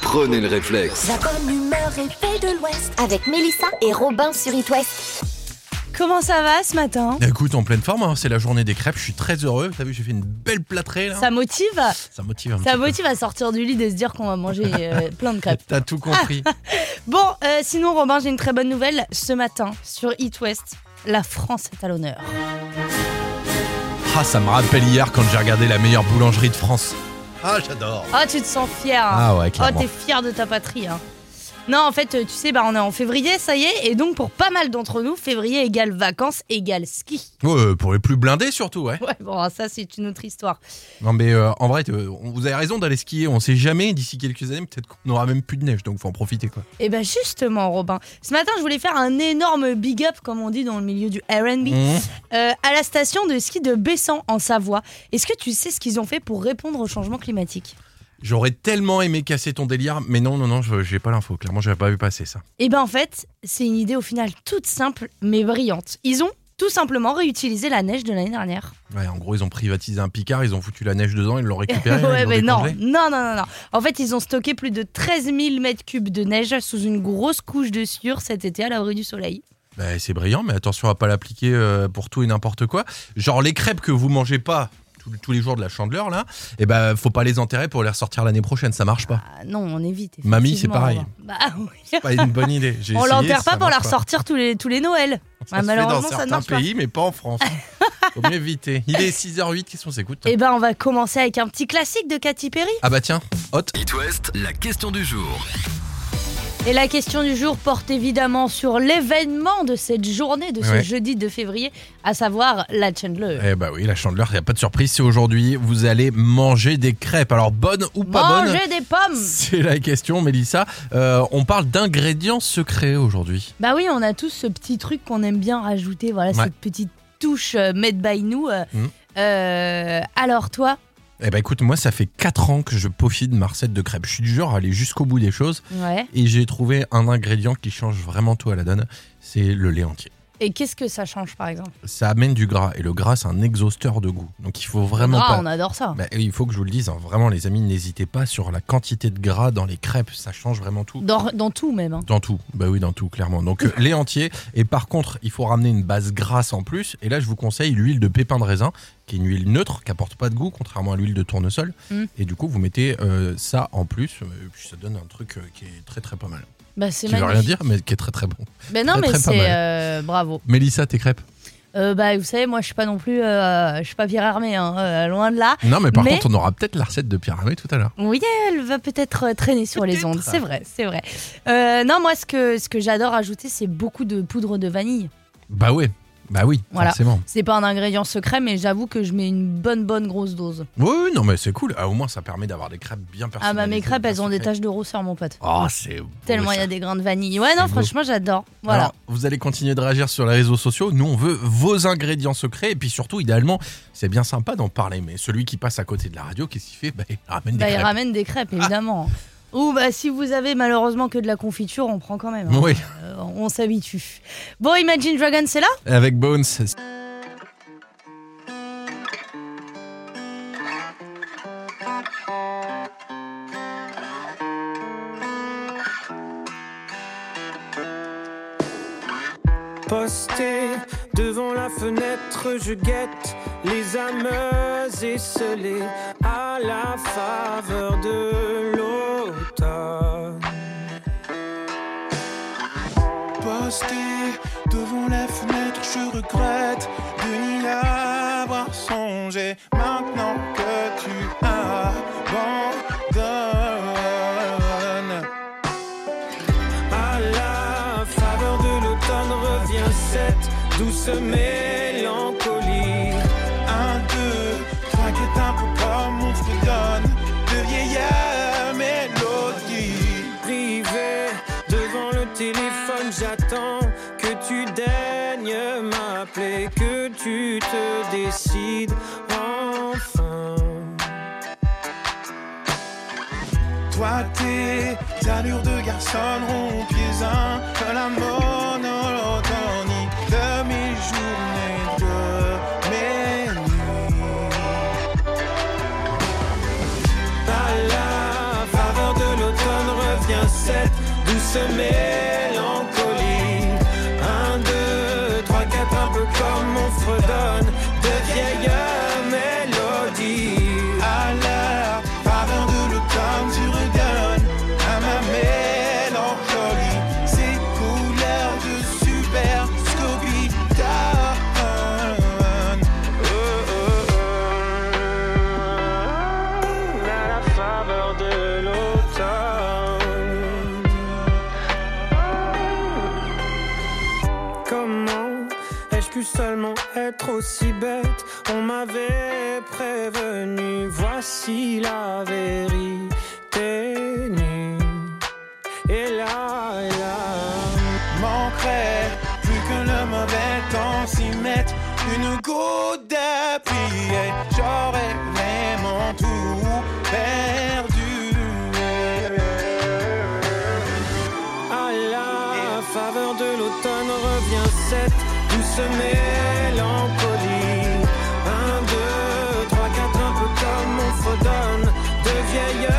Prenez le réflexe. La bonne humeur est faite de l'Ouest avec Mélissa et Robin sur It West. Comment ça va ce matin Écoute, en pleine forme, hein, c'est la journée des crêpes, je suis très heureux. T'as vu, j'ai fait une belle plâtrée là. Ça motive Ça motive un Ça petit motive à sortir du lit de se dire qu'on va manger euh, plein de peu. crêpes. T'as tout compris. Bon, euh, sinon Robin, j'ai une très bonne nouvelle. Ce matin, sur It West, la France est à l'honneur. Ah, ça me rappelle hier quand j'ai regardé la meilleure boulangerie de France. Ah, j'adore. Ah, tu te sens fier. hein. Ah ouais, Oh, clairement. t'es fier de ta patrie. hein. Non, en fait, euh, tu sais, bah, on est en février, ça y est. Et donc, pour pas mal d'entre nous, février égale vacances égale ski. Ouais, euh, pour les plus blindés surtout, ouais. Ouais, bon, ça, c'est une autre histoire. Non mais euh, en vrai, t'es- on- vous avez raison d'aller skier. On sait jamais d'ici quelques années, peut-être qu'on aura même plus de neige, donc faut en profiter quoi. Et ben justement, Robin, ce matin, je voulais faire un énorme big up, comme on dit dans le milieu du RB, Mmh. euh, à la station de ski de Bessan, en Savoie. Est-ce que tu sais ce qu'ils ont fait pour répondre au changement climatique J'aurais tellement aimé casser ton délire, mais non, non, non, je- j'ai pas l'info. Clairement, j'avais pas vu passer ça. Eh ben en fait, c'est une idée au final toute simple, mais brillante. Ils ont tout simplement réutilisé la neige de l'année dernière. Ouais, en gros, ils ont privatisé un Picard, ils ont foutu la neige dedans, ils l'ont récupéré. Ah, ils ouais, l'ont mais non, décongelé. non, non, non, non. En fait, ils ont stocké plus de 13 000 mètres cubes de neige sous une grosse couche de sueur cet été à l'abri du soleil. Bah, c'est brillant, mais attention à pas l'appliquer euh, pour tout et n'importe quoi. Genre les crêpes que vous mangez pas tous, tous les jours de la chandeleur là, et ben faut pas les enterrer pour les ressortir l'année prochaine, ça marche pas. Ah, non, on évite. Mamie, c'est effectivement, pareil. Robin. Bah oui. C'est pas une bonne idée. J'ai On essayé, l'enterre ça pas pour la marche ressortir tous les, tous les Noëls. Ah, Ça se fait malheureusement, ça dans ne certains marche pas. pays, mais pas en France. Faut mieux éviter. Il est 6h08, qu'est-ce qu'on s'écoute Eh ben, on va commencer avec un petit classique de Katy Perry. Ah bah tiens, hot. It West, la question du jour. Et la question du jour porte évidemment sur l'événement de cette journée, de ce Ouais. jeudi 2 février, à savoir la Chandler. Eh bah oui, la chandeleur, y a pas de surprise, c'est aujourd'hui. Vous allez manger des crêpes. Alors bonne ou pas bonne Manger des pommes C'est la question, Mélissa. Euh, on parle d'ingrédients secrets aujourd'hui. Bah oui, on a tous ce petit truc qu'on aime bien rajouter, voilà, Ouais. cette petite touche euh, made by nous. euh, Mhm. euh, alors toi Eh ben écoute, moi ça fait 4 ans que je peaufine ma recette de crêpes. Je suis du genre à aller jusqu'au bout des choses Ouais. et j'ai trouvé un ingrédient qui change vraiment tout à la donne, c'est le lait entier. Et qu'est-ce que ça change par exemple Ça amène du gras et le gras c'est un exhausteur de goût. Donc il faut vraiment Ah, pas... on adore ça. Bah, il faut que je vous le dise, hein, vraiment les amis, n'hésitez pas sur la quantité de gras dans les crêpes, ça change vraiment tout. Dans, dans tout même. hein. Dans tout, bah oui, dans tout, clairement. Donc, euh, lait entier. Et par contre, il faut ramener une base grasse en plus. Et là, je vous conseille l'huile de pépin de raisin, qui est une huile neutre, qui apporte pas de goût, contrairement à l'huile de tournesol. Mm. Et du coup, vous mettez euh, ça en plus. Et puis, ça donne un truc euh, qui est très très pas mal. Bah c'est Qui veut rien magnifique. dire, mais qui est très très bon. Mais non, Très, mais très pas c'est mal. euh, bravo. Mélissa, tes crêpes Euh, bah vous savez, moi je suis pas non plus, euh, je suis pas Pierre Armé, hein, euh, loin de là. Non, mais par Mais- contre, on aura peut-être la recette de Pierre Hermé tout à l'heure. Oui, elle va peut-être euh, traîner sur les Peut-être. ondes. C'est vrai, c'est vrai. Euh, non, moi ce que ce que j'adore ajouter, c'est beaucoup de poudre de vanille. Bah ouais. Bah oui, Voilà. forcément. C'est pas un ingrédient secret, mais j'avoue que je mets une bonne bonne grosse dose. Oui, oui, non, mais c'est cool. Ah, au moins, ça permet d'avoir des crêpes bien Ah personnalisées. bah mes crêpes, bien elles ont des sucrées. taches de rousseur, mon pote. Oh, c'est beau, Tellement il y ça. a des grains de vanille. Ouais, non, C'est beau. franchement, j'adore. Voilà. Alors, vous allez continuer de réagir sur les réseaux sociaux. Nous, on veut vos ingrédients secrets. Et puis surtout, idéalement, c'est bien sympa d'en parler. Mais celui qui passe à côté de la radio, qu'est-ce qu'il fait bah, Il ramène des bah, ils crêpes. Ah. ramènent des crêpes, évidemment. Ou bah si vous avez malheureusement que de la confiture, on prend quand même. hein. Oui, Euh, on s'habitue. Bon, Imagine Dragon, c'est là avec Bones. C'est Posté devant la fenêtre, je guette les âmes esselées à la faveur de l'automne. Posté devant la fenêtre, je regrette de n'y avoir songé. Maintenant que tu abandonnes, À la faveur de l'automne revient cette douce mélancolie. un, deux, t'inquiète un peu comme mon fredonne de vieilles mélodies. Privé devant le téléphone, j'attends que tu daignes m'appeler, que tu te décides enfin. Toi, tes allures de garçon rompent un peu la monotonie de mes journées, de mes nuits. À la faveur de l'automne cette douce mélancolie. Un, deux, trois, quatre, un peu comme on fredonne de vieilles mélodies. À la faveur de l'automne, tu redonnes à ma mélancolie ces couleurs de super Scooby Doo. Oh, À la faveur de l'automne Comment ai-je pu seulement être aussi bête On m'avait prévenu, voici la vérité nue Et là, et là manquerait plus que le mauvais temps s'y mette une goutte d'appui et j'aurais vraiment tout perdu. À la faveur de l'automne revient cette douce mélancolie. Un, deux, trois, quatre, un peu comme on fredonne de vieilles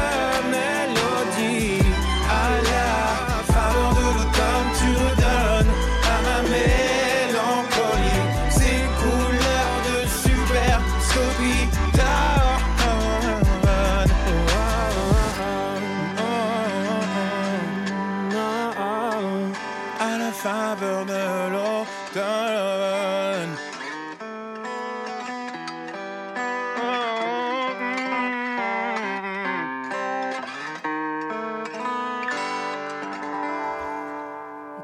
mélodies. À la faveur de l'automne, tu redonnes à ma mélancolie ces couleurs de super Scooby À la faveur de l'automne.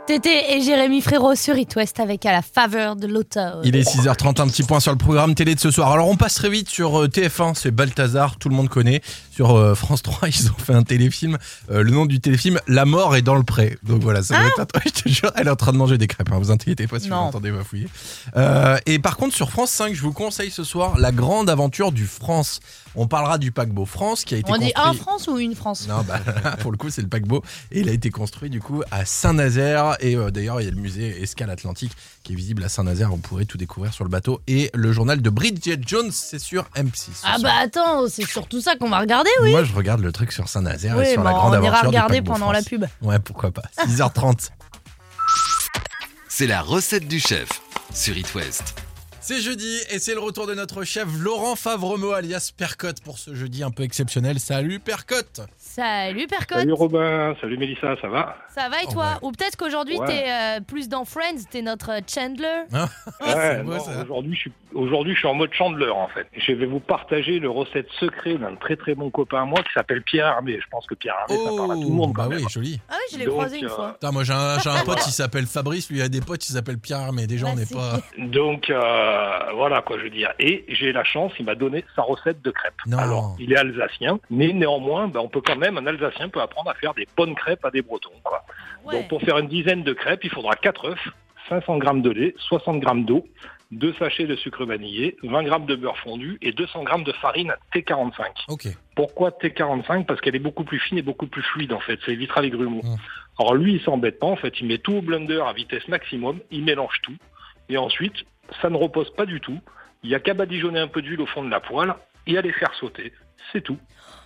Tété et Jérémy Frérot sur It West avec à la faveur de l'automne. Il est 6h30, un petit point sur le programme télé de ce soir. Alors on passe très vite sur euh, TF1, c'est Balthazar, tout le monde connaît. Sur euh, France 3, ils ont fait un téléfilm. Euh, le nom du téléfilm, La mort est dans le pré. Donc voilà, ça doit être un- je te jure, elle est en train de manger des crêpes. hein, vous inquiétez pas si Ah Non. vous entendez va fouiller. Euh, et par contre, sur France 5, je vous conseille ce soir La grande aventure du France. On parlera du paquebot France qui a été On dit construit- un France ou une France non, bah, là, pour le coup, c'est le paquebot. Et il a été construit, du coup, à Saint-Nazaire. Et euh, d'ailleurs, il y a le musée Escale Atlantique qui est visible à Saint-Nazaire. Vous pourrez tout découvrir sur le bateau. Et le journal de Bridget Jones, c'est sur M6. ce Ah soir. bah attends, c'est surtout ça qu'on va regarder, oui. Moi, je regarde le truc sur Saint-Nazaire Oui, et Ah sur la bah, grande on ira aventure. regarder du paquebot pendant la France. pub. Ouais, pourquoi pas. 6h30. C'est la recette du chef sur It West. C'est jeudi et c'est le retour de notre chef Laurent Favremo alias Percotte pour ce jeudi un peu exceptionnel. Salut Percotte Salut Percotte, Salut Robin, salut Mélissa, ça va ça va et Oh, toi Ou peut-être qu'aujourd'hui Ouais. t'es euh, plus dans Friends, t'es notre euh, Chandler. Ah, c'est Ouais, beau, non, ça. Aujourd'hui, je suis aujourd'hui, je suis en mode Chandler en fait. Je vais vous partager le recette secret d'un très très bon copain à moi qui s'appelle Pierre Armé. Je pense que Pierre Armé, ça parle à tout le monde. bah quand oui, même. joli. Ah oui, je l'ai Donc, croisé une euh, fois. Putain, moi j'ai un, j'ai un pote qui s'appelle Fabrice, lui il a des potes qui s'appellent Pierre, mais déjà on Bah, n'est c'est- pas. Donc euh, voilà quoi, je veux dire. Et j'ai la chance, il m'a donné sa recette de crêpes. Non. Alors, il est alsacien, mais néanmoins, bah, on peut quand même, un Alsacien peut apprendre à faire des bonnes crêpes à des Bretons. Quoi. Ouais. Donc pour faire une dizaine de crêpes, il faudra 4 œufs, 500 g de lait, 60 g d'eau, 2 sachets de sucre vanillé, 20 g de beurre fondu et 200 g de farine T45. Ok. Pourquoi T45 Parce qu'elle est beaucoup plus fine et beaucoup plus fluide en fait, c'est vitrail et grumeaux. Mm. Alors lui, il s'embête pas en fait, il met tout au blender à vitesse maximum, il mélange tout et ensuite, ça ne repose pas du tout. Il y a qu'à badigeonner un peu d'huile au fond de la poêle et à les faire sauter. C'est tout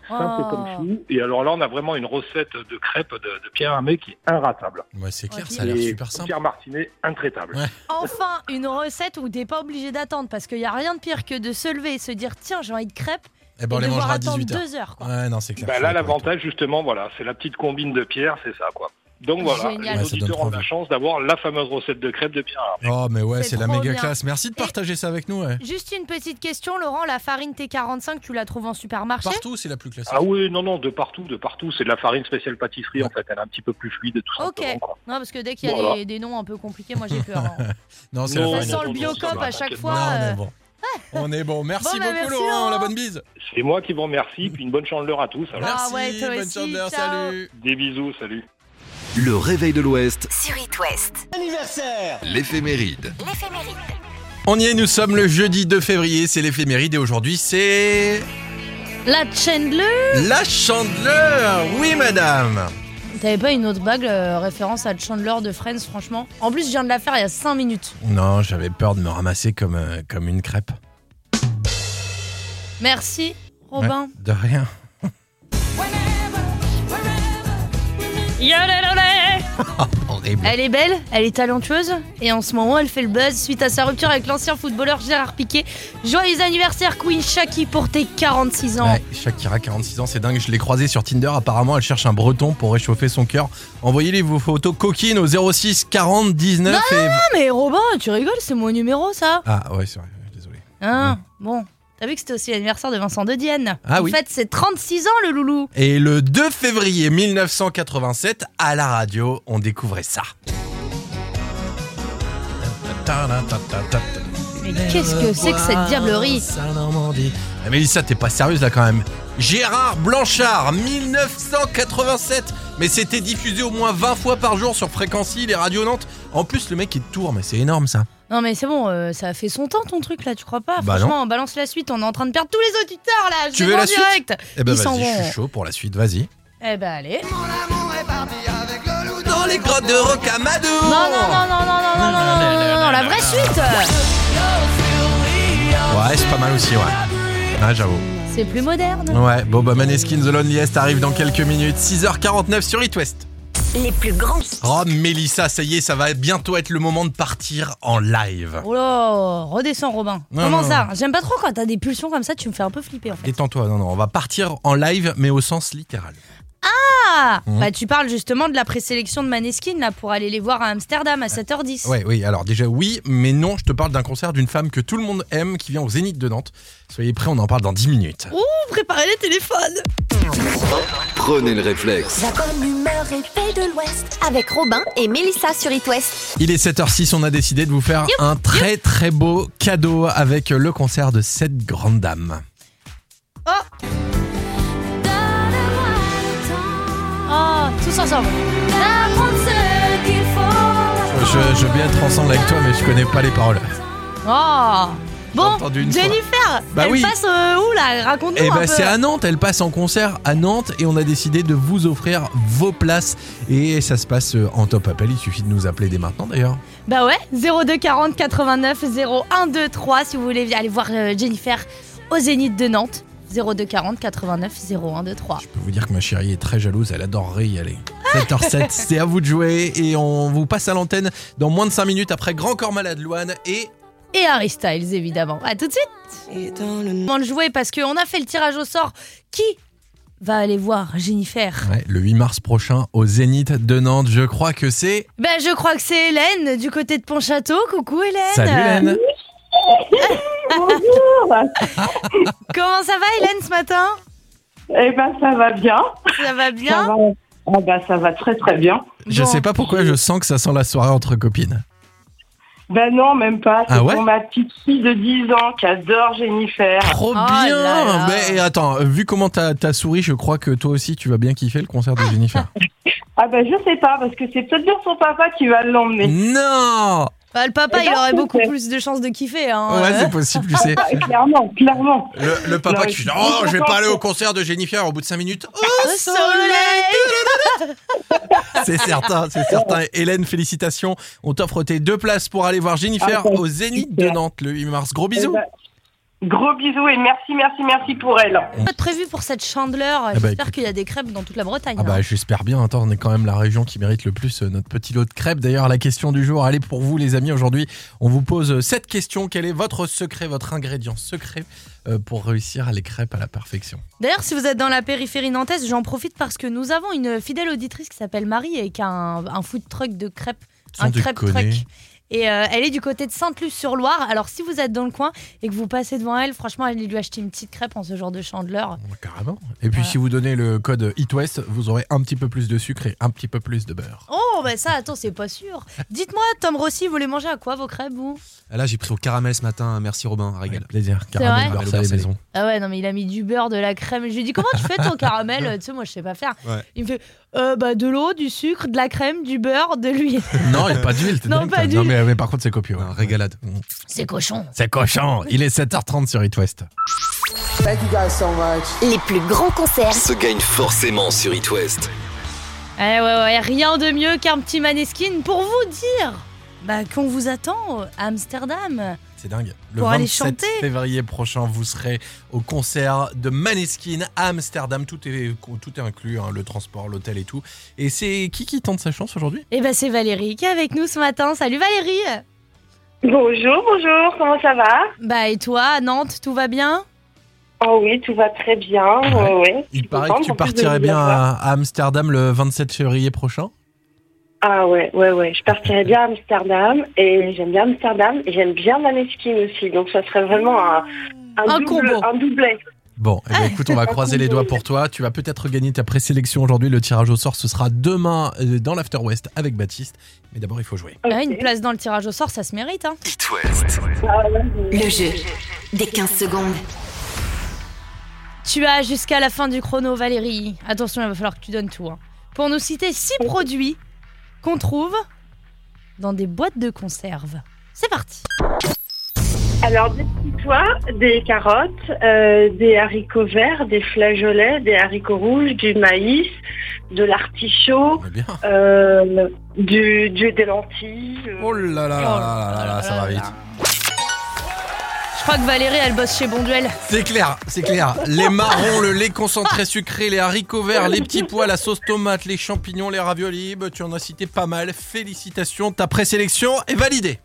simple Oh. comme tout. Et alors là, on a vraiment une recette de crêpes de, de Pierre Hermé qui est inratable. Ouais, c'est clair, Ok. ça a l'air Et super simple. Pierre Martinet, intraitable. Ouais. Enfin, une recette où t'es pas obligé d'attendre parce qu'il y a rien de pire que de se lever et se dire tiens j'ai envie de crêpes Eh ben on et les devoir mangera à attendre 18h. deux heures. Quoi. Ouais, non, c'est clair. Bah je suis là, d'accord avec toi. l'avantage, justement, voilà, c'est la petite combine de Pierre, c'est ça, quoi. Donc voilà, Génial. les Ouais, ça donne auditeurs trop ont la envie. chance d'avoir la fameuse recette de crêpes de Pierre Hermé. Oh, mais ouais, C'est c'est la trop méga bien. classe. Merci de partager ça avec nous. ouais. Juste une petite question, Laurent, la farine T45, tu la trouves en supermarché Partout, c'est la plus classique. Ah oui, non, non, de partout, de partout. C'est de la farine spéciale pâtisserie, en fait. Elle est un petit peu plus fluide, tout Ok. simplement, quoi. Non, parce que dès qu'il y a Voilà. des, des noms un peu compliqués, moi j'ai peur. hein. Non, c'est Non, la Ça farine. sent le non, biocop ça va, à chaque t'inquiète. Non, fois. on euh, est bon. On est bon. Bon, Merci bah, beaucoup, merci, Laurent. Laurent. La bonne bise. C'est moi qui vous remercie, puis une bonne chandeleur à tous. Alors, merci. Ah, ouais, toi bonne aussi, ciao. chandelle, Salut. des bisous, salut. Le réveil de l'Ouest, Sur It West. l'éphéméride. L'éphéméride. On y est, nous sommes le jeudi 2 février. C'est l'éphéméride et aujourd'hui, c'est. La Chandler La chandeleur. Oui, madame. T'avais pas une autre bague euh, référence à Chandler de Friends, franchement En plus, je viens de la faire il y a 5 minutes. Non, j'avais peur de me ramasser comme, euh, comme une crêpe. Merci, Robin. Ouais, de rien. Yolololé Horrible. Elle est belle, elle est talentueuse et en ce moment elle fait le buzz suite à sa rupture avec l'ancien footballeur Gérard Piquet. Joyeux anniversaire Queen Shaki pour tes 46 ans. Ouais, Shakira, 46 ans, c'est dingue. Je l'ai croisée sur Tinder. Apparemment, elle cherche un breton pour réchauffer son cœur. Envoyez-les vos photos coquines au 06 40 19 et. Ah mais Robin, tu rigoles, c'est mon numéro ça. Ah ouais, c'est vrai, désolé. Hein Bon, t'as vu que c'était aussi l'anniversaire de Vincent de Dienne. Ah en oui. fait, c'est 36 ans le loulou. Et le 2 février 1987, à la radio, on découvrait ça. Mais qu'est-ce que c'est que cette diablerie Ah, Mais ça, t'es pas sérieuse là quand même. Gérard Blanchard, 1987. Mais c'était diffusé au moins 20 fois par jour sur Fréquency, les radios Nantes. En plus, le mec est de Tours, mais c'est énorme ça. Non mais c'est bon, euh, ça a fait son temps ton truc là, tu crois pas Bah non. Franchement, on balance la suite, on est en train de perdre tous les auditeurs là. Je Tu vais veux en la suite direct. Eh ben Ils s'en vas-y, je vont. suis chaud pour la suite, vas-y. Eh ben allez. Dans les grottes de Rocamadour Non, non, non, non, non, non, non, non, non, non, non, non, la vraie suite Ouais, c'est pas mal aussi, ouais. Ah, j'avoue. C'est plus moderne. Ouais, bon bah Maneskin The Loneliest arrive dans quelques minutes, 6h49 sur It West. Les plus grands. Oh Mélissa, ça y est, ça va bientôt être le moment de partir en live. Oh là, redescends Robin. Non, Comment non, ça J'aime pas trop quand t'as des pulsions comme ça, tu me fais un peu flipper en fait. Détends-toi, non, non, on va partir en live, mais au sens littéral. Ah Mhm. Bah tu parles justement de la présélection de Maneskin là pour aller les voir à Amsterdam à 7h10. Ouais, oui, alors déjà oui, mais non, je te parle d'un concert d'une femme que tout le monde aime, qui vient au Zénith de Nantes. Soyez prêts, on en parle dans 10 minutes. Préparez les téléphones Prenez le réflexe. La bonne humeur et paix de l'Ouest. Avec Robin et Mélissa sur It West. Il est 7h06, on a décidé de vous faire un très très beau cadeau avec le concert de cette grande dame. Oh, tous ensemble. Je, je veux bien être ensemble avec toi, mais je connais pas les paroles. Oh Bon, entendu une Jennifer, Bah elle oui. passe euh, où là Raconte-nous Eh un ben peu. c'est à Nantes, elle passe en concert à Nantes et on a décidé de vous offrir vos places et ça se passe euh, en top appel, il suffit de nous appeler dès maintenant d'ailleurs. Bah ouais, 02 40 89 01 23 si vous voulez aller voir euh, Jennifer au Zénith de Nantes. 02 40 89 01 23. Je peux vous dire que ma chérie est très jalouse, elle adorerait y aller. 7h07, c'est à vous de jouer et on vous passe à l'antenne dans moins de 5 minutes après Grand Corps Malade Loane et Et Harry Styles évidemment. À tout de suite. Comment le jouer parce qu'on a fait le tirage au sort. Qui va aller voir Jennifer Ouais, le 8 mars prochain au Zénith de Nantes, je crois que c'est... Ben je crois que c'est Hélène du côté de Pontchâteau. Coucou Hélène. Salut Hélène Comment ça va Hélène ce matin Eh ben, ça va bien. Ça va Ça bien va. Ah bah, ça va très très bien. Je Bon. sais pas pourquoi je sens que ça sent la soirée entre copines. Ben non, même pas. C'est Ah ouais pour ma petite fille de 10 ans qui adore Jennifer. Trop Oh bien là là. Mais et attends, vu comment t'as t'as souri, je crois que toi aussi tu vas bien kiffer le concert de Jennifer. Ah ben, je sais pas, parce que c'est peut-être bien son papa qui va l'emmener. Mm. non Bah, Le papa Eh ben, il aurait c'est beaucoup fait. plus de chances de kiffer. Hein, Ouais, Euh, c'est possible, tu sais. Ah, clairement, clairement. Le, le papa Non, qui je fait suis Oh, je vais contente. pas aller au concert de Jennifer au bout de 5 minutes. Oh, Au soleil c'est certain, c'est certain. Hélène, félicitations. On t'offre tes deux places pour aller voir Jennifer Ah, ouais, au Zénith de super. Nantes le 8 mars. Gros Eh bisous. ben, Gros bisous et merci, merci, merci pour elle. Pas de prévu pour cette chandeleur. ben, Eh ben, J'espère écoute. qu'il y a des crêpes dans toute la Bretagne. Ah hein. bah j'espère bien, attends, on est quand même la région qui mérite le plus euh, notre petit lot de crêpes. D'ailleurs, la question du jour, elle est pour vous les amis aujourd'hui. On vous pose euh, cette question, quel est votre secret, votre ingrédient secret euh, pour réussir les crêpes à la perfection D'ailleurs, si vous êtes dans la périphérie nantaise, j'en profite parce que nous avons une fidèle auditrice qui s'appelle Marie et qui a un, un food truck de crêpes. Sans un crêpe déconner. truck. Et euh, elle est du côté de Sainte-Luce-sur-Loire. Alors, si vous êtes dans le coin et que vous passez devant elle, franchement, allez lui acheter une petite crêpe en ce genre de chandeleur. Ouais, Carrément. Et puis Voilà. si vous donnez le code HITWEST, vous aurez un petit peu plus de sucre et un petit peu plus de beurre. Oh, bah ça, attends, c'est pas sûr. Dites-moi, Tom Rossi, vous les mangez à quoi vos crêpes, vous Ah, Là, j'ai pris au caramel ce matin. Merci Robin, un régal. Avec plaisir, vrai caramel beurre Caramel salé beurre salé. maison. Ah ouais, non, mais il a mis du beurre, de la crème. Je lui ai dit, comment tu fais ton caramel Tu sais, moi, je sais pas faire. Ouais. Il me fait, Euh, bah, de l'eau, du sucre, de la crème, du beurre, de l'huile. Non, il n'y a pas d'huile. t'es Non, dingue, pas toi. d'huile. Non mais, mais par contre c'est copieux. ouais. Un régalade. C'est cochon. C'est cochon. Il est 7h30 sur HitWest. Les plus grands concerts. Se gagne forcément sur It West. Eh Ouais, ouais, ouais, rien de mieux qu'un petit maneskin pour vous dire bah, qu'on vous attend à Amsterdam C'est dingue. Le Pour aller 27 chanter. février prochain, vous serez au concert de Maneskin à Amsterdam. Tout est, tout est inclus, hein, le transport, l'hôtel et tout. Et c'est qui qui tente sa chance aujourd'hui Et ben c'est Valérie qui est avec nous ce matin. Salut Valérie Bonjour, bonjour, comment ça va Bah et toi, à Nantes, tout va bien Oh oui, tout va très bien. Ouais. ouais, ouais. Il Je suis paraît que contente, tu en plus de partirais vous bien avoir. à à Amsterdam le 27 février prochain. Ah ouais, ouais, ouais. Je partirais bien à Amsterdam et j'aime bien Amsterdam et j'aime bien Maneskin aussi. Donc ça serait vraiment un, un, Un double- combo. un doublet. Bon, eh bien, écoute, on va croiser les doigts pour toi. Tu vas peut-être gagner ta présélection aujourd'hui. Le tirage au sort, ce sera demain euh, dans l'After West avec Baptiste. Mais d'abord, il faut jouer. Ok. Ah, Une place dans le tirage au sort, ça se mérite. Hein. It West. Ah ouais, ouais. Le jeu des 15 secondes. Tu as jusqu'à la fin du chrono, Valérie. Attention, il va falloir que tu donnes tout. hein. Pour nous citer six produits qu'on trouve dans des boîtes de conserve. C'est parti. Alors des petits pois, des carottes, euh, des haricots verts, des flageolets, des haricots rouges, du maïs, de l'artichaut, On est bien. euh, du, du- des lentilles. euh, Oh là là, là là là là, ça va vite. Je crois que Valérie, elle bosse chez Bonduel. C'est clair, c'est clair. Les marrons, le lait concentré sucré, les haricots verts, les petits pois, la sauce tomate, les champignons, les raviolis. Bah, tu en as cité pas mal. Félicitations, ta présélection est validée.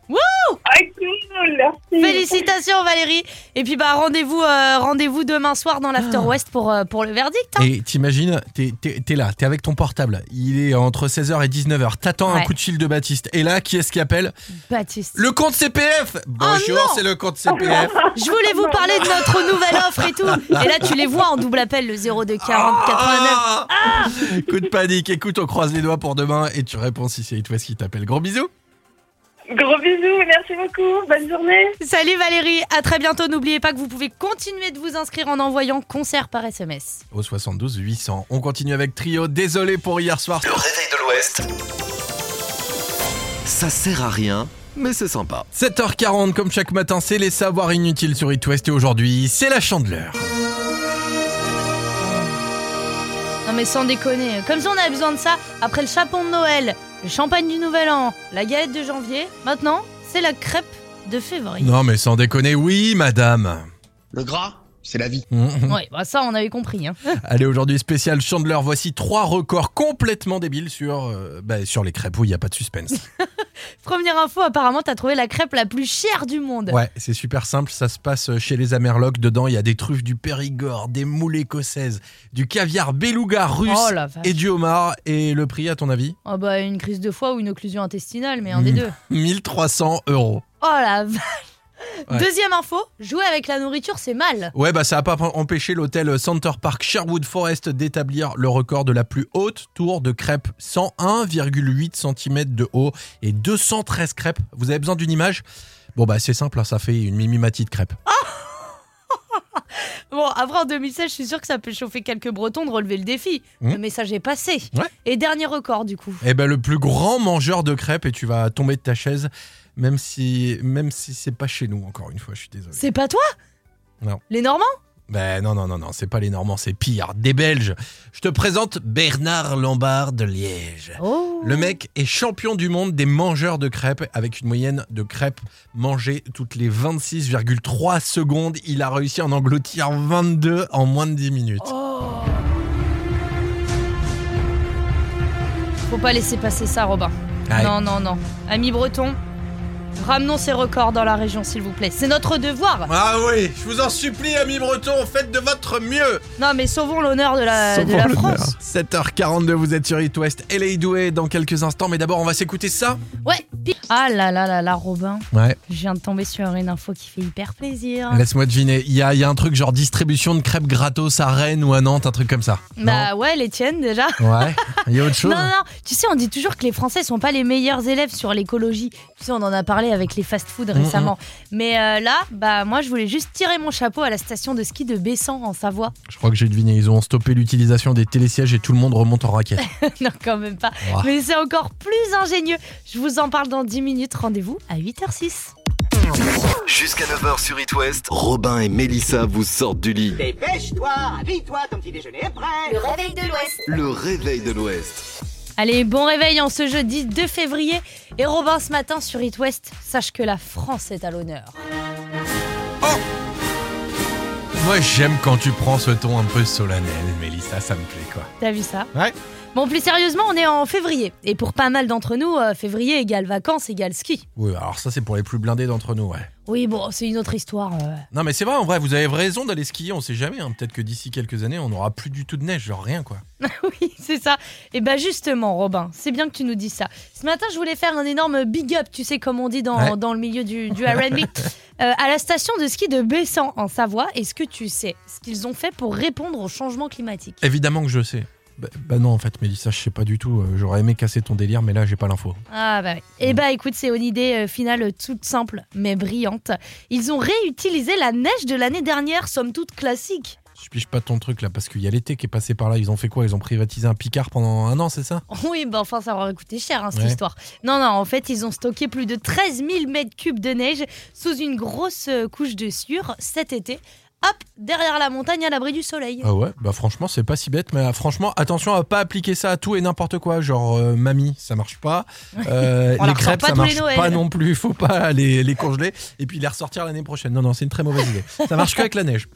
Ah, cool, merci. Félicitations, Valérie. Et puis, bah, rendez-vous euh, rendez-vous demain soir dans l'After West pour, euh, pour le verdict. hein. Et t'imagines, t'es, t'es- t'es là, t'es avec ton portable. Il est entre 16h et 19h. T'attends un Ouais. coup de fil de Baptiste. Et là, qui est-ce qui appelle Baptiste. Le compte CPF Bonjour, non c'est le compte CPF. Je voulais vous parler de notre nouvelle offre et tout. Et là, tu les vois en double appel, le 02 40 89. Ah Coup de panique, écoute, on croise les doigts pour demain et tu réponds si c'est toi qui t'appelle. Gros bisous Gros bisous, merci beaucoup, bonne journée. Salut Valérie, à très bientôt. N'oubliez pas que vous pouvez continuer de vous inscrire en envoyant concert par SMS. Au 72 800. On continue avec Trio, désolé pour hier soir. Le réveil de l'Ouest. Ça sert à rien, mais c'est sympa. 7h40, comme chaque matin, c'est les savoirs inutiles sur It West et aujourd'hui, c'est la chandeleur. Non mais sans déconner, comme si on avait besoin de ça après le chapon de Noël, le champagne du Nouvel An, la galette de janvier, maintenant c'est la crêpe de février. Non mais sans déconner, oui madame Mmh, Le gras, c'est la vie. Ouais, bah ça on avait compris. Hein. Allez, aujourd'hui spécial chandeleur, voici trois records complètement débiles sur, euh, bah, sur les crêpes où il n'y a pas de suspense. Première info, apparemment t'as trouvé la crêpe la plus chère du monde. Ouais, c'est super simple. Ça se passe euh, chez les Amerlocs. Dedans, il y a des truffes du Périgord, des moules écossaises, du caviar beluga russe Oh la vache. et du homard. Et le prix, à ton avis Oh bah une crise de foie ou une occlusion intestinale, mais un des Mm. deux. 1300 euros. Oh la vache. Ouais. Deuxième info, jouer avec la nourriture c'est mal. Ouais, bah ça n'a pas empêché l'hôtel Center Park Sherwood Forest d'établir le record de la plus haute tour de crêpes. 101,8 cm de haut et 213 crêpes. Vous avez besoin d'une image Bon, bah c'est simple, hein, ça fait une mimimati de crêpes. Bon, après en 2016, je suis sûr que ça peut chauffer quelques Bretons de relever le défi. Mm. Le message est passé. Ouais. Et dernier record du coup. Eh ben le plus grand mangeur de crêpes et tu vas tomber de ta chaise, même si même si c'est pas chez nous encore une fois, je suis désolé. C'est pas toi Non. Les Normands Ben non non non non, c'est pas les Normands, c'est pire, des Belges. Je te présente Bernard Lombard de Liège. Oh Le mec est champion du monde des mangeurs de crêpes avec une moyenne de crêpes mangées toutes les 26,3 secondes. Il a réussi à en engloutir 22 en moins de 10 minutes. Faut pas laisser passer ça, Robin. Ouais. Non, non, non. Ami breton, ramenons ces records dans la région, s'il vous plaît. C'est notre devoir. Ah oui, je vous en supplie, amis bretons, faites de votre mieux. Non, mais sauvons l'honneur de la, de Sauvons la l'honneur. France. 7h42, vous êtes sur It West. LA Douai dans quelques instants, mais d'abord on va s'écouter ça. Ouais. pi- Ah là là là là, Robin. Ouais. Je viens de tomber sur une info qui fait hyper plaisir. Laisse-moi deviner, il y a, il y a un truc genre distribution de crêpes gratos à Rennes ou à Nantes, un truc comme ça. Bah ouais, les tiennes déjà. Non Ouais. Il y a autre chose Non, non, non. Tu sais, on dit toujours que les Français sont pas les meilleurs élèves sur l'écologie. Tu sais, on en a parlé avec les fast-food récemment. Mais euh, là, bah moi, je voulais juste tirer mon chapeau à la station de ski de Bessan en Savoie. Je crois que j'ai deviné, ils ont stoppé l'utilisation des télésièges et tout le monde remonte en raquette. non, quand même pas. Ouah. Mais c'est encore plus ingénieux. Je vous en parle dans 10 minutes. Rendez-vous à 8h06. Jusqu'à 9h sur It West, Robin et Melissa vous sortent du lit. Dépêche-toi, habille-toi, ton petit déjeuner est prêt. Le réveil de l'Ouest. Le réveil de l'Ouest. Allez, bon réveil en ce jeudi 2 février. Et Robin, ce matin sur It West, sache que la France est à l'honneur. Moi, j'aime quand tu prends ce ton un peu solennel, Mélissa, ça me plaît, quoi. T'as vu ça Ouais. Bon, plus sérieusement, on est en février. Et pour pas mal d'entre nous, euh, février égale vacances égale ski. Oui, alors ça, c'est pour les plus blindés d'entre nous, ouais. Oui, bon, c'est une autre histoire. euh. Non, mais c'est vrai, en vrai, vous avez raison d'aller skier, on sait jamais. hein. Peut-être que d'ici quelques années, on n'aura plus du tout de neige, genre rien, quoi. Oui, c'est ça. Et bah justement, Robin, c'est bien que tu nous dis ça. Ce matin, je voulais faire un énorme big up, tu sais, comme on dit dans, Ouais. dans le milieu du, du RB, euh, à la station de ski de Bessan en Savoie. Est-ce que tu sais ce qu'ils ont fait pour répondre au changement climatique Évidemment que je sais. Bah, bah non, en fait, Mélissa, je sais pas du tout. Euh, J'aurais aimé casser ton délire, mais là, j'ai pas l'info. Ah bah oui. Eh bah écoute, c'est une idée euh, finale toute simple, mais brillante. Ils ont réutilisé la neige de l'année dernière, somme toute classique. Je pige pas ton truc, là, parce qu'il y a l'été qui est passé par là. Ils ont fait quoi Ils ont privatisé un Picard pendant un an, c'est ça Oui, bah enfin, ça aurait coûté cher, hein, cette Ouais. histoire. Non, non, en fait, ils ont stocké plus de 13 000 mètres cubes de neige sous une grosse euh, couche de sueur cet été. Hop, derrière la montagne, à l'abri du soleil. Ah ouais, bah franchement, c'est pas si bête, mais euh, franchement, attention à pas appliquer ça à tout et n'importe quoi. Genre, euh, mamie, ça marche pas. Euh, On la les ressort crêpes, pas ça tous les marche Noëls. pas non plus. Faut pas les, les congeler et puis les ressortir l'année prochaine. Non, non, c'est une très mauvaise idée. Ça marche que avec la neige.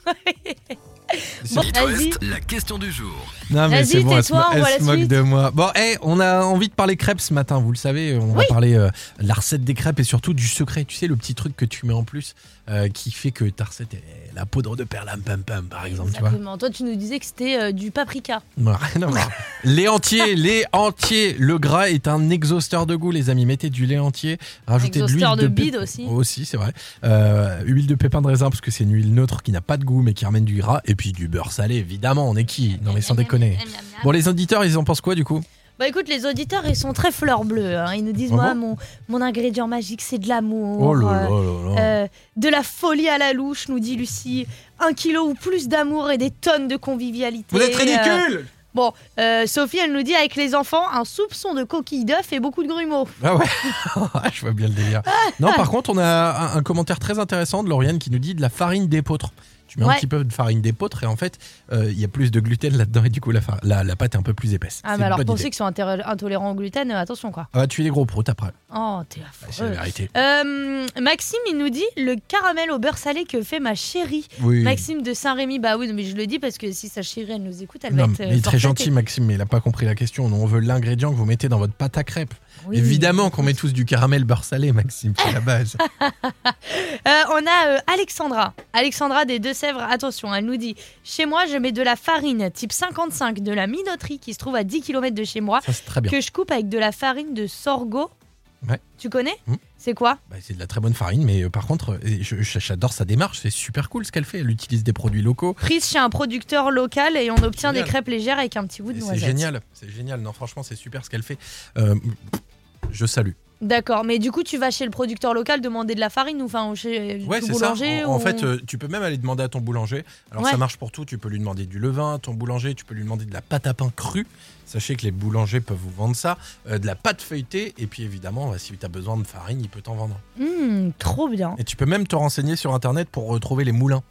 Bon, It vas-y. West, la question du jour. Non, Vas-y, c'est bon, elle se, tais-toi, mo- on elle voit la se moque suite. de moi. Bon, hey, on a envie de parler crêpes ce matin, vous le savez. On va parler euh, de la recette des crêpes et surtout du secret. Tu sais, le petit truc que tu mets en plus euh, qui fait que ta recette est la poudre de perlame pam pam, par exemple, tu vois. Exactement. Toi, tu nous disais que c'était euh, du paprika. Non, rien à voir. Lait entier, lait entier. Le gras est un exhausteur de goût, les amis. Mettez du lait entier, rajoutez de l'huile Exhausteur de pép- bide aussi. Aussi, c'est vrai. Euh, huile de pépin de raisin parce que c'est une huile neutre qui n'a pas de goût mais qui ramène du gras et puis du beurre salé. Évidemment, on est qui Non mais sans déconner. Bon, les auditeurs, ils en pensent quoi du coup Bah écoute, les auditeurs, ils sont très fleurs bleues. hein. Ils nous disent, Ah moi, bon mon, mon ingrédient magique, c'est de l'amour. Oh là là euh, là là. Euh, de la folie à la louche, nous dit Lucie. Un kilo ou plus d'amour et des tonnes de convivialité. Vous êtes Euh, ridicule bon, euh, Sophie, elle nous dit avec les enfants, un soupçon de coquille d'œuf et beaucoup de grumeaux. Ah ouais, je vois bien le délire. Non, par contre, on a un, un commentaire très intéressant de Lauriane qui nous dit de la farine d'épeautre. Tu mets Ouais. un petit peu de farine d'épeautre et en fait, euh, il y a plus de gluten là-dedans et du coup, la, fa- la, la pâte est un peu plus épaisse. Ah, C'est mais alors une bonne pour idée. ceux qui sont intér- intolérants au gluten, euh, attention quoi. Ah, bah, tu es des gros proutes après. Oh, t'es Bah, c'est la affreux. vérité. Euh, Maxime, il nous dit le caramel au beurre salé que fait ma chérie. Oui. Maxime de Saint-Rémy, bah oui, mais je le dis parce que si sa chérie, elle nous écoute, elle Non, va mais être. euh, il est très forfaitée. gentil, Maxime, mais il n'a pas compris la question. Nous, on veut l'ingrédient que vous mettez dans votre pâte à crêpes. Oui. Évidemment qu'on met tous du caramel beurre salé, Maxime, c'est la base. Euh, on a euh, Alexandra. Alexandra des Deux-Sèvres, attention, elle nous dit Chez moi, je mets de la farine type 55 de la minoterie qui se trouve à 10 km de chez moi, Ça, c'est très bien. que je coupe avec de la farine de sorgho. Ouais. Tu connais Mm. C'est quoi Bah, c'est de la très bonne farine, mais euh, par contre, euh, je- je- j'adore sa démarche. C'est super cool ce qu'elle fait. Elle utilise des produits locaux. Prise chez un producteur local et on obtient Génial. des crêpes légères avec un petit goût de Et C'est noisette. génial, c'est génial. Non, franchement, c'est super ce qu'elle fait. Euh, je salue. D'accord, mais du coup, tu vas chez le producteur local demander de la farine ou enfin, chez Ouais, le c'est ça. boulanger En, en ou- fait, euh, tu peux même aller demander à ton boulanger. Alors, Ouais. ça marche pour tout. Tu peux lui demander du levain, ton boulanger, tu peux lui demander de la pâte à pain crue. Sachez que les boulangers peuvent vous vendre ça, euh, de la pâte feuilletée. Et puis, évidemment, euh, si tu as besoin de farine, il peut t'en vendre. Hmm, trop bien. Et tu peux même te renseigner sur Internet pour retrouver les moulins.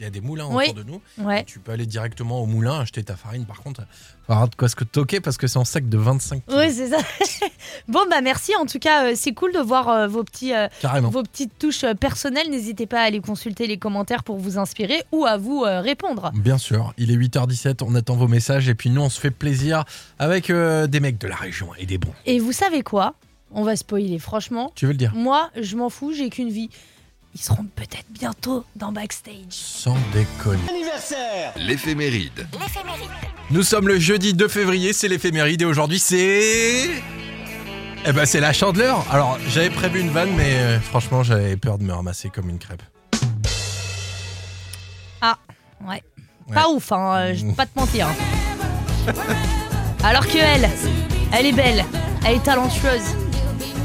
Il y a des moulins Oui. autour de nous. Ouais. Tu peux aller directement au moulin, acheter ta farine. Par contre, faudra de quoi se toquer parce que c'est en sac de 25 kilos. Oui, c'est ça. bon, bah merci. En tout cas, euh, c'est cool de voir euh, vos petits. euh, Carrément. vos petites touches euh, personnelles. N'hésitez pas à aller consulter les commentaires pour vous inspirer ou à vous euh, répondre. Bien sûr, il est 8h17, on attend vos messages et puis nous on se fait plaisir avec euh, des mecs de la région et des bons. Et vous savez quoi On va spoiler, franchement. Tu veux le dire Moi, je m'en fous, j'ai qu'une vie. Ils seront peut-être bientôt dans Backstage. Sans déconner. Anniversaire L'éphéméride. Nous sommes le jeudi 2 février, c'est l'éphéméride et aujourd'hui c'est... Eh ben c'est la chandeleur Alors j'avais prévu une vanne mais euh, franchement j'avais peur de me ramasser comme une crêpe. Pas ouf, hein, euh, je vais pas te mentir. Alors que elle, elle est belle, elle est talentueuse.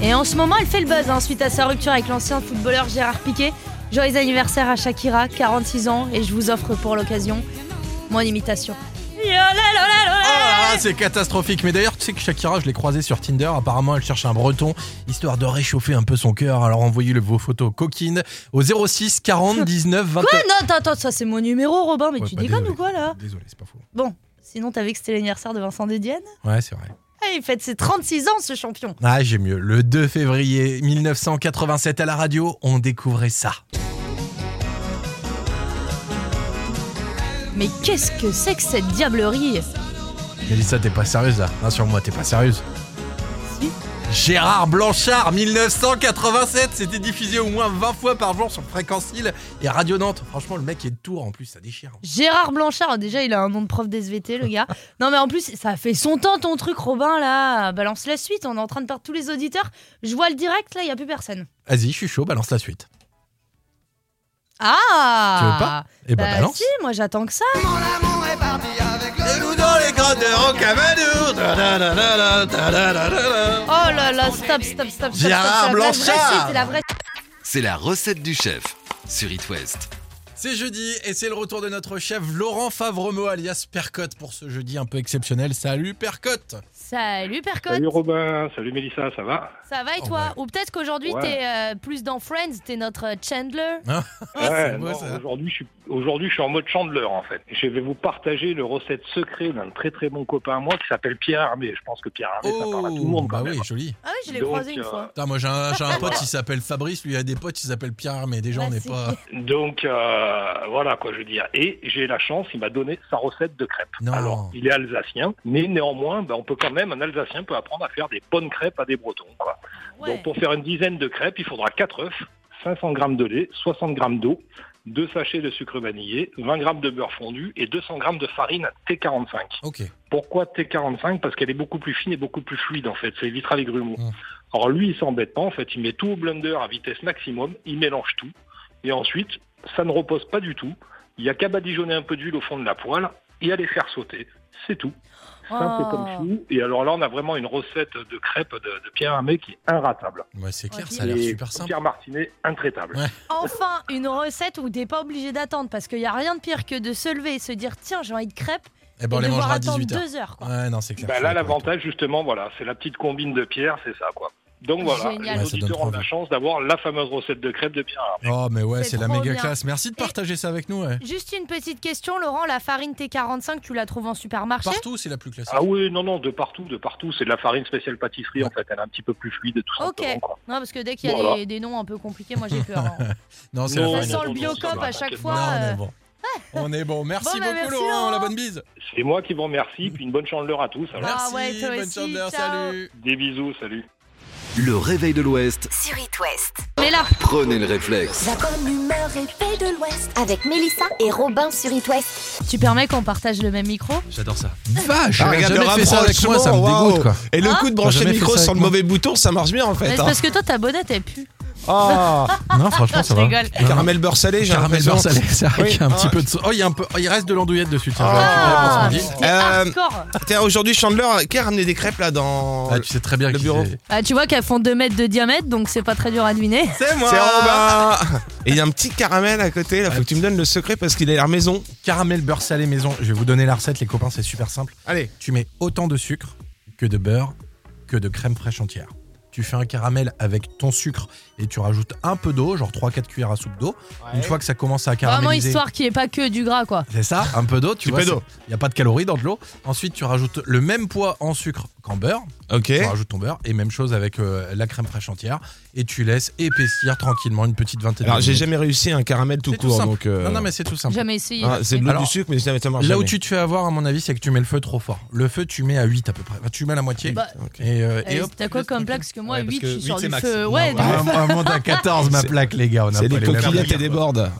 Et en ce moment, elle fait le buzz hein, suite à sa rupture avec l'ancien footballeur Gérard Piquet. Joyeux anniversaire à Shakira, 46 ans, et je vous offre pour l'occasion mon imitation. Yo, la, la, la, la, la. Oh là là, c'est catastrophique Mais d'ailleurs tu sais que Shakira je l'ai croisée sur Tinder, apparemment elle cherche un breton histoire de réchauffer un peu son cœur alors envoyez-le vos photos coquines au 06 40 19 20... Quoi Non, attends, attends, ça c'est mon numéro, Robin, mais Ouais, tu bah, déconnes désolé. ou quoi là Désolé c'est pas faux. Bon, sinon t'avais que c'était l'anniversaire de Vincent Dedienne. Ouais c'est vrai. Ah, il fête ses 36 ans, ce champion. Ah, j'ai mieux. Le 2 février 1987 à la radio, on découvrait ça. Mais qu'est-ce que c'est que cette diablerie Mélissa, t'es pas sérieuse là hein, Sur moi, t'es pas sérieuse Gérard Blanchard, 1987, c'était diffusé au moins 20 fois par jour sur Fréquence Hill et Radio Nantes. Franchement, le mec est de tour en plus, ça déchire. Gérard Blanchard, déjà il a un nom de prof d'SVT le gars. Non mais en plus ça fait son temps ton truc Robin là, balance la suite, on est en train de perdre tous les auditeurs. Je vois le direct là, il y a plus personne. Vas-y, je suis chaud, balance la suite. Ah Tu veux pas Eh ben, balance. Bah si, moi j'attends que ça. Oh là là, stop, stop, stop, stop. Gérard stop, stop. La vraie Blanchard. suite, c'est la vraie C'est la recette du chef sur It West. C'est jeudi et c'est le retour de notre chef Laurent Favremo alias Percotte pour ce jeudi un peu exceptionnel. Salut Percotte Salut Percotte, Salut Robin, salut Mélissa, ça va ça va et Oh, toi Ou peut-être qu'aujourd'hui Ouais. t'es euh, plus dans Friends, t'es notre Chandler. Ouais, beau, non, ça. Aujourd'hui, je suis aujourd'hui, je suis en mode Chandler en fait. Je vais vous partager le recette secret d'un très très bon copain à moi qui s'appelle Pierre Armé. Je pense que Pierre Armé, Ah, ça parle à tout le monde. bah quand oui, même. hein. joli. Ah oui, je l'ai Donc, croisé une euh, fois. Putain, moi j'ai un, j'ai un pote qui s'appelle Fabrice, lui il a des potes qui s'appellent Pierre, mais déjà on Bah, n'est si. pas. Donc euh, voilà quoi je veux dire. Et j'ai la chance, il m'a donné sa recette de crêpes. Non. Alors il est alsacien, mais néanmoins, bah, on peut quand même un Alsacien peut apprendre à faire des bonnes crêpes à des Bretons. quoi. Ouais. Donc pour faire une dizaine de crêpes, il faudra 4 œufs, 500 g de lait, 60 g d'eau, 2 sachets de sucre vanillé, 20 g de beurre fondu et 200 g de farine T45. Ok. Pourquoi T45 Parce qu'elle est beaucoup plus fine et beaucoup plus fluide en fait. C'est vitral et grumeau. Mm. Alors lui, il s'embête pas en fait. Il met tout au blender à vitesse maximum. Il mélange tout. Et ensuite, ça ne repose pas du tout. Il y a qu'à badigeonner un peu d'huile au fond de la poêle et à les faire sauter. C'est tout. Simple Oh. comme tout. Et alors là, on a vraiment une recette de crêpe de, de Pierre Hamé qui est inratable. Ouais, c'est clair, Ok. ça a l'air Et super simple. Pierre Martinet, intraitable. Ouais. Enfin, une recette où t'es pas obligé d'attendre parce qu'il y a rien de pire que de se lever et se dire tiens, j'ai envie de crêpes Eh ben on et les devoir mangera à attendre 18h. deux heures. Quoi. Ouais, non, c'est clair. Bah je suis là, d'accord avec toi. l'avantage, justement, voilà, c'est la petite combine de Pierre, c'est ça, quoi. Donc voilà, Génial. les Ouais, ça donne auditeurs trop ont la envie. chance d'avoir la fameuse recette de crêpes de Pierre. Hamé. Oh, mais ouais, C'est c'est la trop méga bien. classe. Merci de Et- partager ça avec nous. ouais. Juste une petite question, Laurent, la farine T45, tu la trouves en supermarché Partout, c'est la plus classique. Ah oui, non, non, de partout, de partout. C'est de la farine spéciale pâtisserie, en fait. Elle est un petit peu plus fluide, tout Ok. simplement. Quoi. Non, parce que dès qu'il y a Voilà. des, des noms un peu compliqués, moi j'ai peur. hein. Non, c'est la Non, Ça sent le farine. non, non, ça biocop va, à chaque t'inquiète. Non, fois. on euh, est bon. On est bon. Merci Bon, bah, beaucoup, merci, Laurent. Laurent. La bonne bise. C'est moi qui vous remercie, puis une bonne chandeleur à tous. Alors, Ah ouais, Merci, toi bonne aussi, chandeur, ciao. Salut. des bisous, salut. Le réveil de l'Ouest, Sur It West. Mais là, prenez le réflexe. La bonne humeur et paix de l'Ouest. Avec Mélissa et Robin sur It West. tu permets qu'on partage le même micro J'adore ça. Vache, elle a regarde le Ah, jamais fait ça avec moi, ça me rapprochement, dégoûte quoi. Et le Hein coup de T'as brancher le jamais fait micro ça sur avec le moi mauvais bouton, ça marche bien en Mais fait. C'est hein. parce que toi, ta bonnette, elle pue. Ah, Non, franchement, Je rigole. caramel beurre salé, j'ai Caramel l'impression. beurre salé, c'est vrai Oui. qu'il y a un petit Ah. peu de. so- Oh, il y a un peu. oh, il reste de l'andouillette dessus. Tiens, Ah, j'aurais pu le prendre, on s'en dit. t'es Euh, hardcore. Tiens, aujourd'hui, Chandler, qui a ramené des crêpes là dans. Ah, tu sais très bien Le que bureau. c'est- Ah, tu vois qu'elles font 2 mètres de diamètre, donc c'est pas très dur à deviner. C'est moi Robin Et il y a un petit caramel à côté, là, faut que tu me donnes le secret parce qu'il est à la maison. Caramel beurre salé maison. Je vais vous donner la recette, les copains, c'est super simple. Allez, Tu mets autant de sucre que de beurre que de crème fraîche entière. Tu fais un caramel avec ton sucre et tu rajoutes un peu d'eau, genre 3-4 cuillères à soupe d'eau. Une fois que ça commence à Vraiment, caraméliser. histoire qu'il n'y ait pas que du gras, quoi. C'est ça, un peu d'eau, tu Petit vois. peu d'eau. Il n'y a pas de calories dans de l'eau. Ensuite, tu rajoutes le même poids en sucre qu'en beurre. ok. tu rajoutes ton beurre et même chose avec euh, la crème fraîche entière. Et tu laisses épaissir tranquillement une petite vingtaine Alors, de j'ai minutes. jamais réussi un caramel tout C'est tout court, simple. donc. euh, Non, non, mais c'est tout simple. Jamais essayé. ah, c'est de l'eau Alors, du sucre, mais jamais ça marche. Là où jamais. tu te fais avoir, à mon avis, c'est que tu mets le feu trop fort. Le feu, tu mets à 8 à peu près. Enfin, tu mets la moitié. Bah, Ok. et, euh, et euh, hop. T'as quoi comme plaque Parce que moi, Ouais, parce 8, que je suis 8, sur c'est du max. feu. Non, Ouais, ouais. donc- Ah, moi, moi, t'as 14 ma C'est- plaque, les gars. On a C'est pas des les mêmes coquillettes et plaques. des bordes.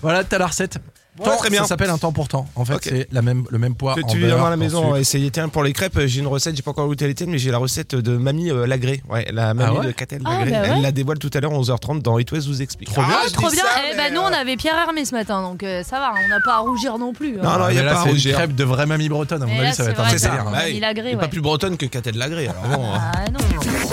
Voilà, t'as la recette. Voilà, Temps, très bien. Ça s'appelle un temps pour temps. En fait, Ok. c'est la même, le même poids. Que en tu beurre, viendras à la en maison sucre. euh, essayer. Tiens, pour les crêpes, j'ai une recette, j'ai pas encore goûté les tiennes, mais j'ai la recette de Mamie euh, Lagré. Ouais, la Mamie ouais de Catel Ah, Lagré. bah ouais. Elle la dévoile tout à l'heure, 11h30, dans It West vous explique. Trop bien. Ah, Ah, je trop dis bien. ça, eh mais, ben, nous, euh, on avait Pierre Hermé ce matin, donc euh, ça va, on n'a pas à rougir non plus. hein. Non, non, il Ah, Mais n'y a là, pas à c'est une rougir. crêpe de vraie mamie bretonne. À mon Mais avis, là, ça va c'est être un vrai, C'est ça, délire, hein. bah oui. Il agrée, Et ouais. pas plus bretonne que Catel Lagré. Alors bon, hein. Ah non.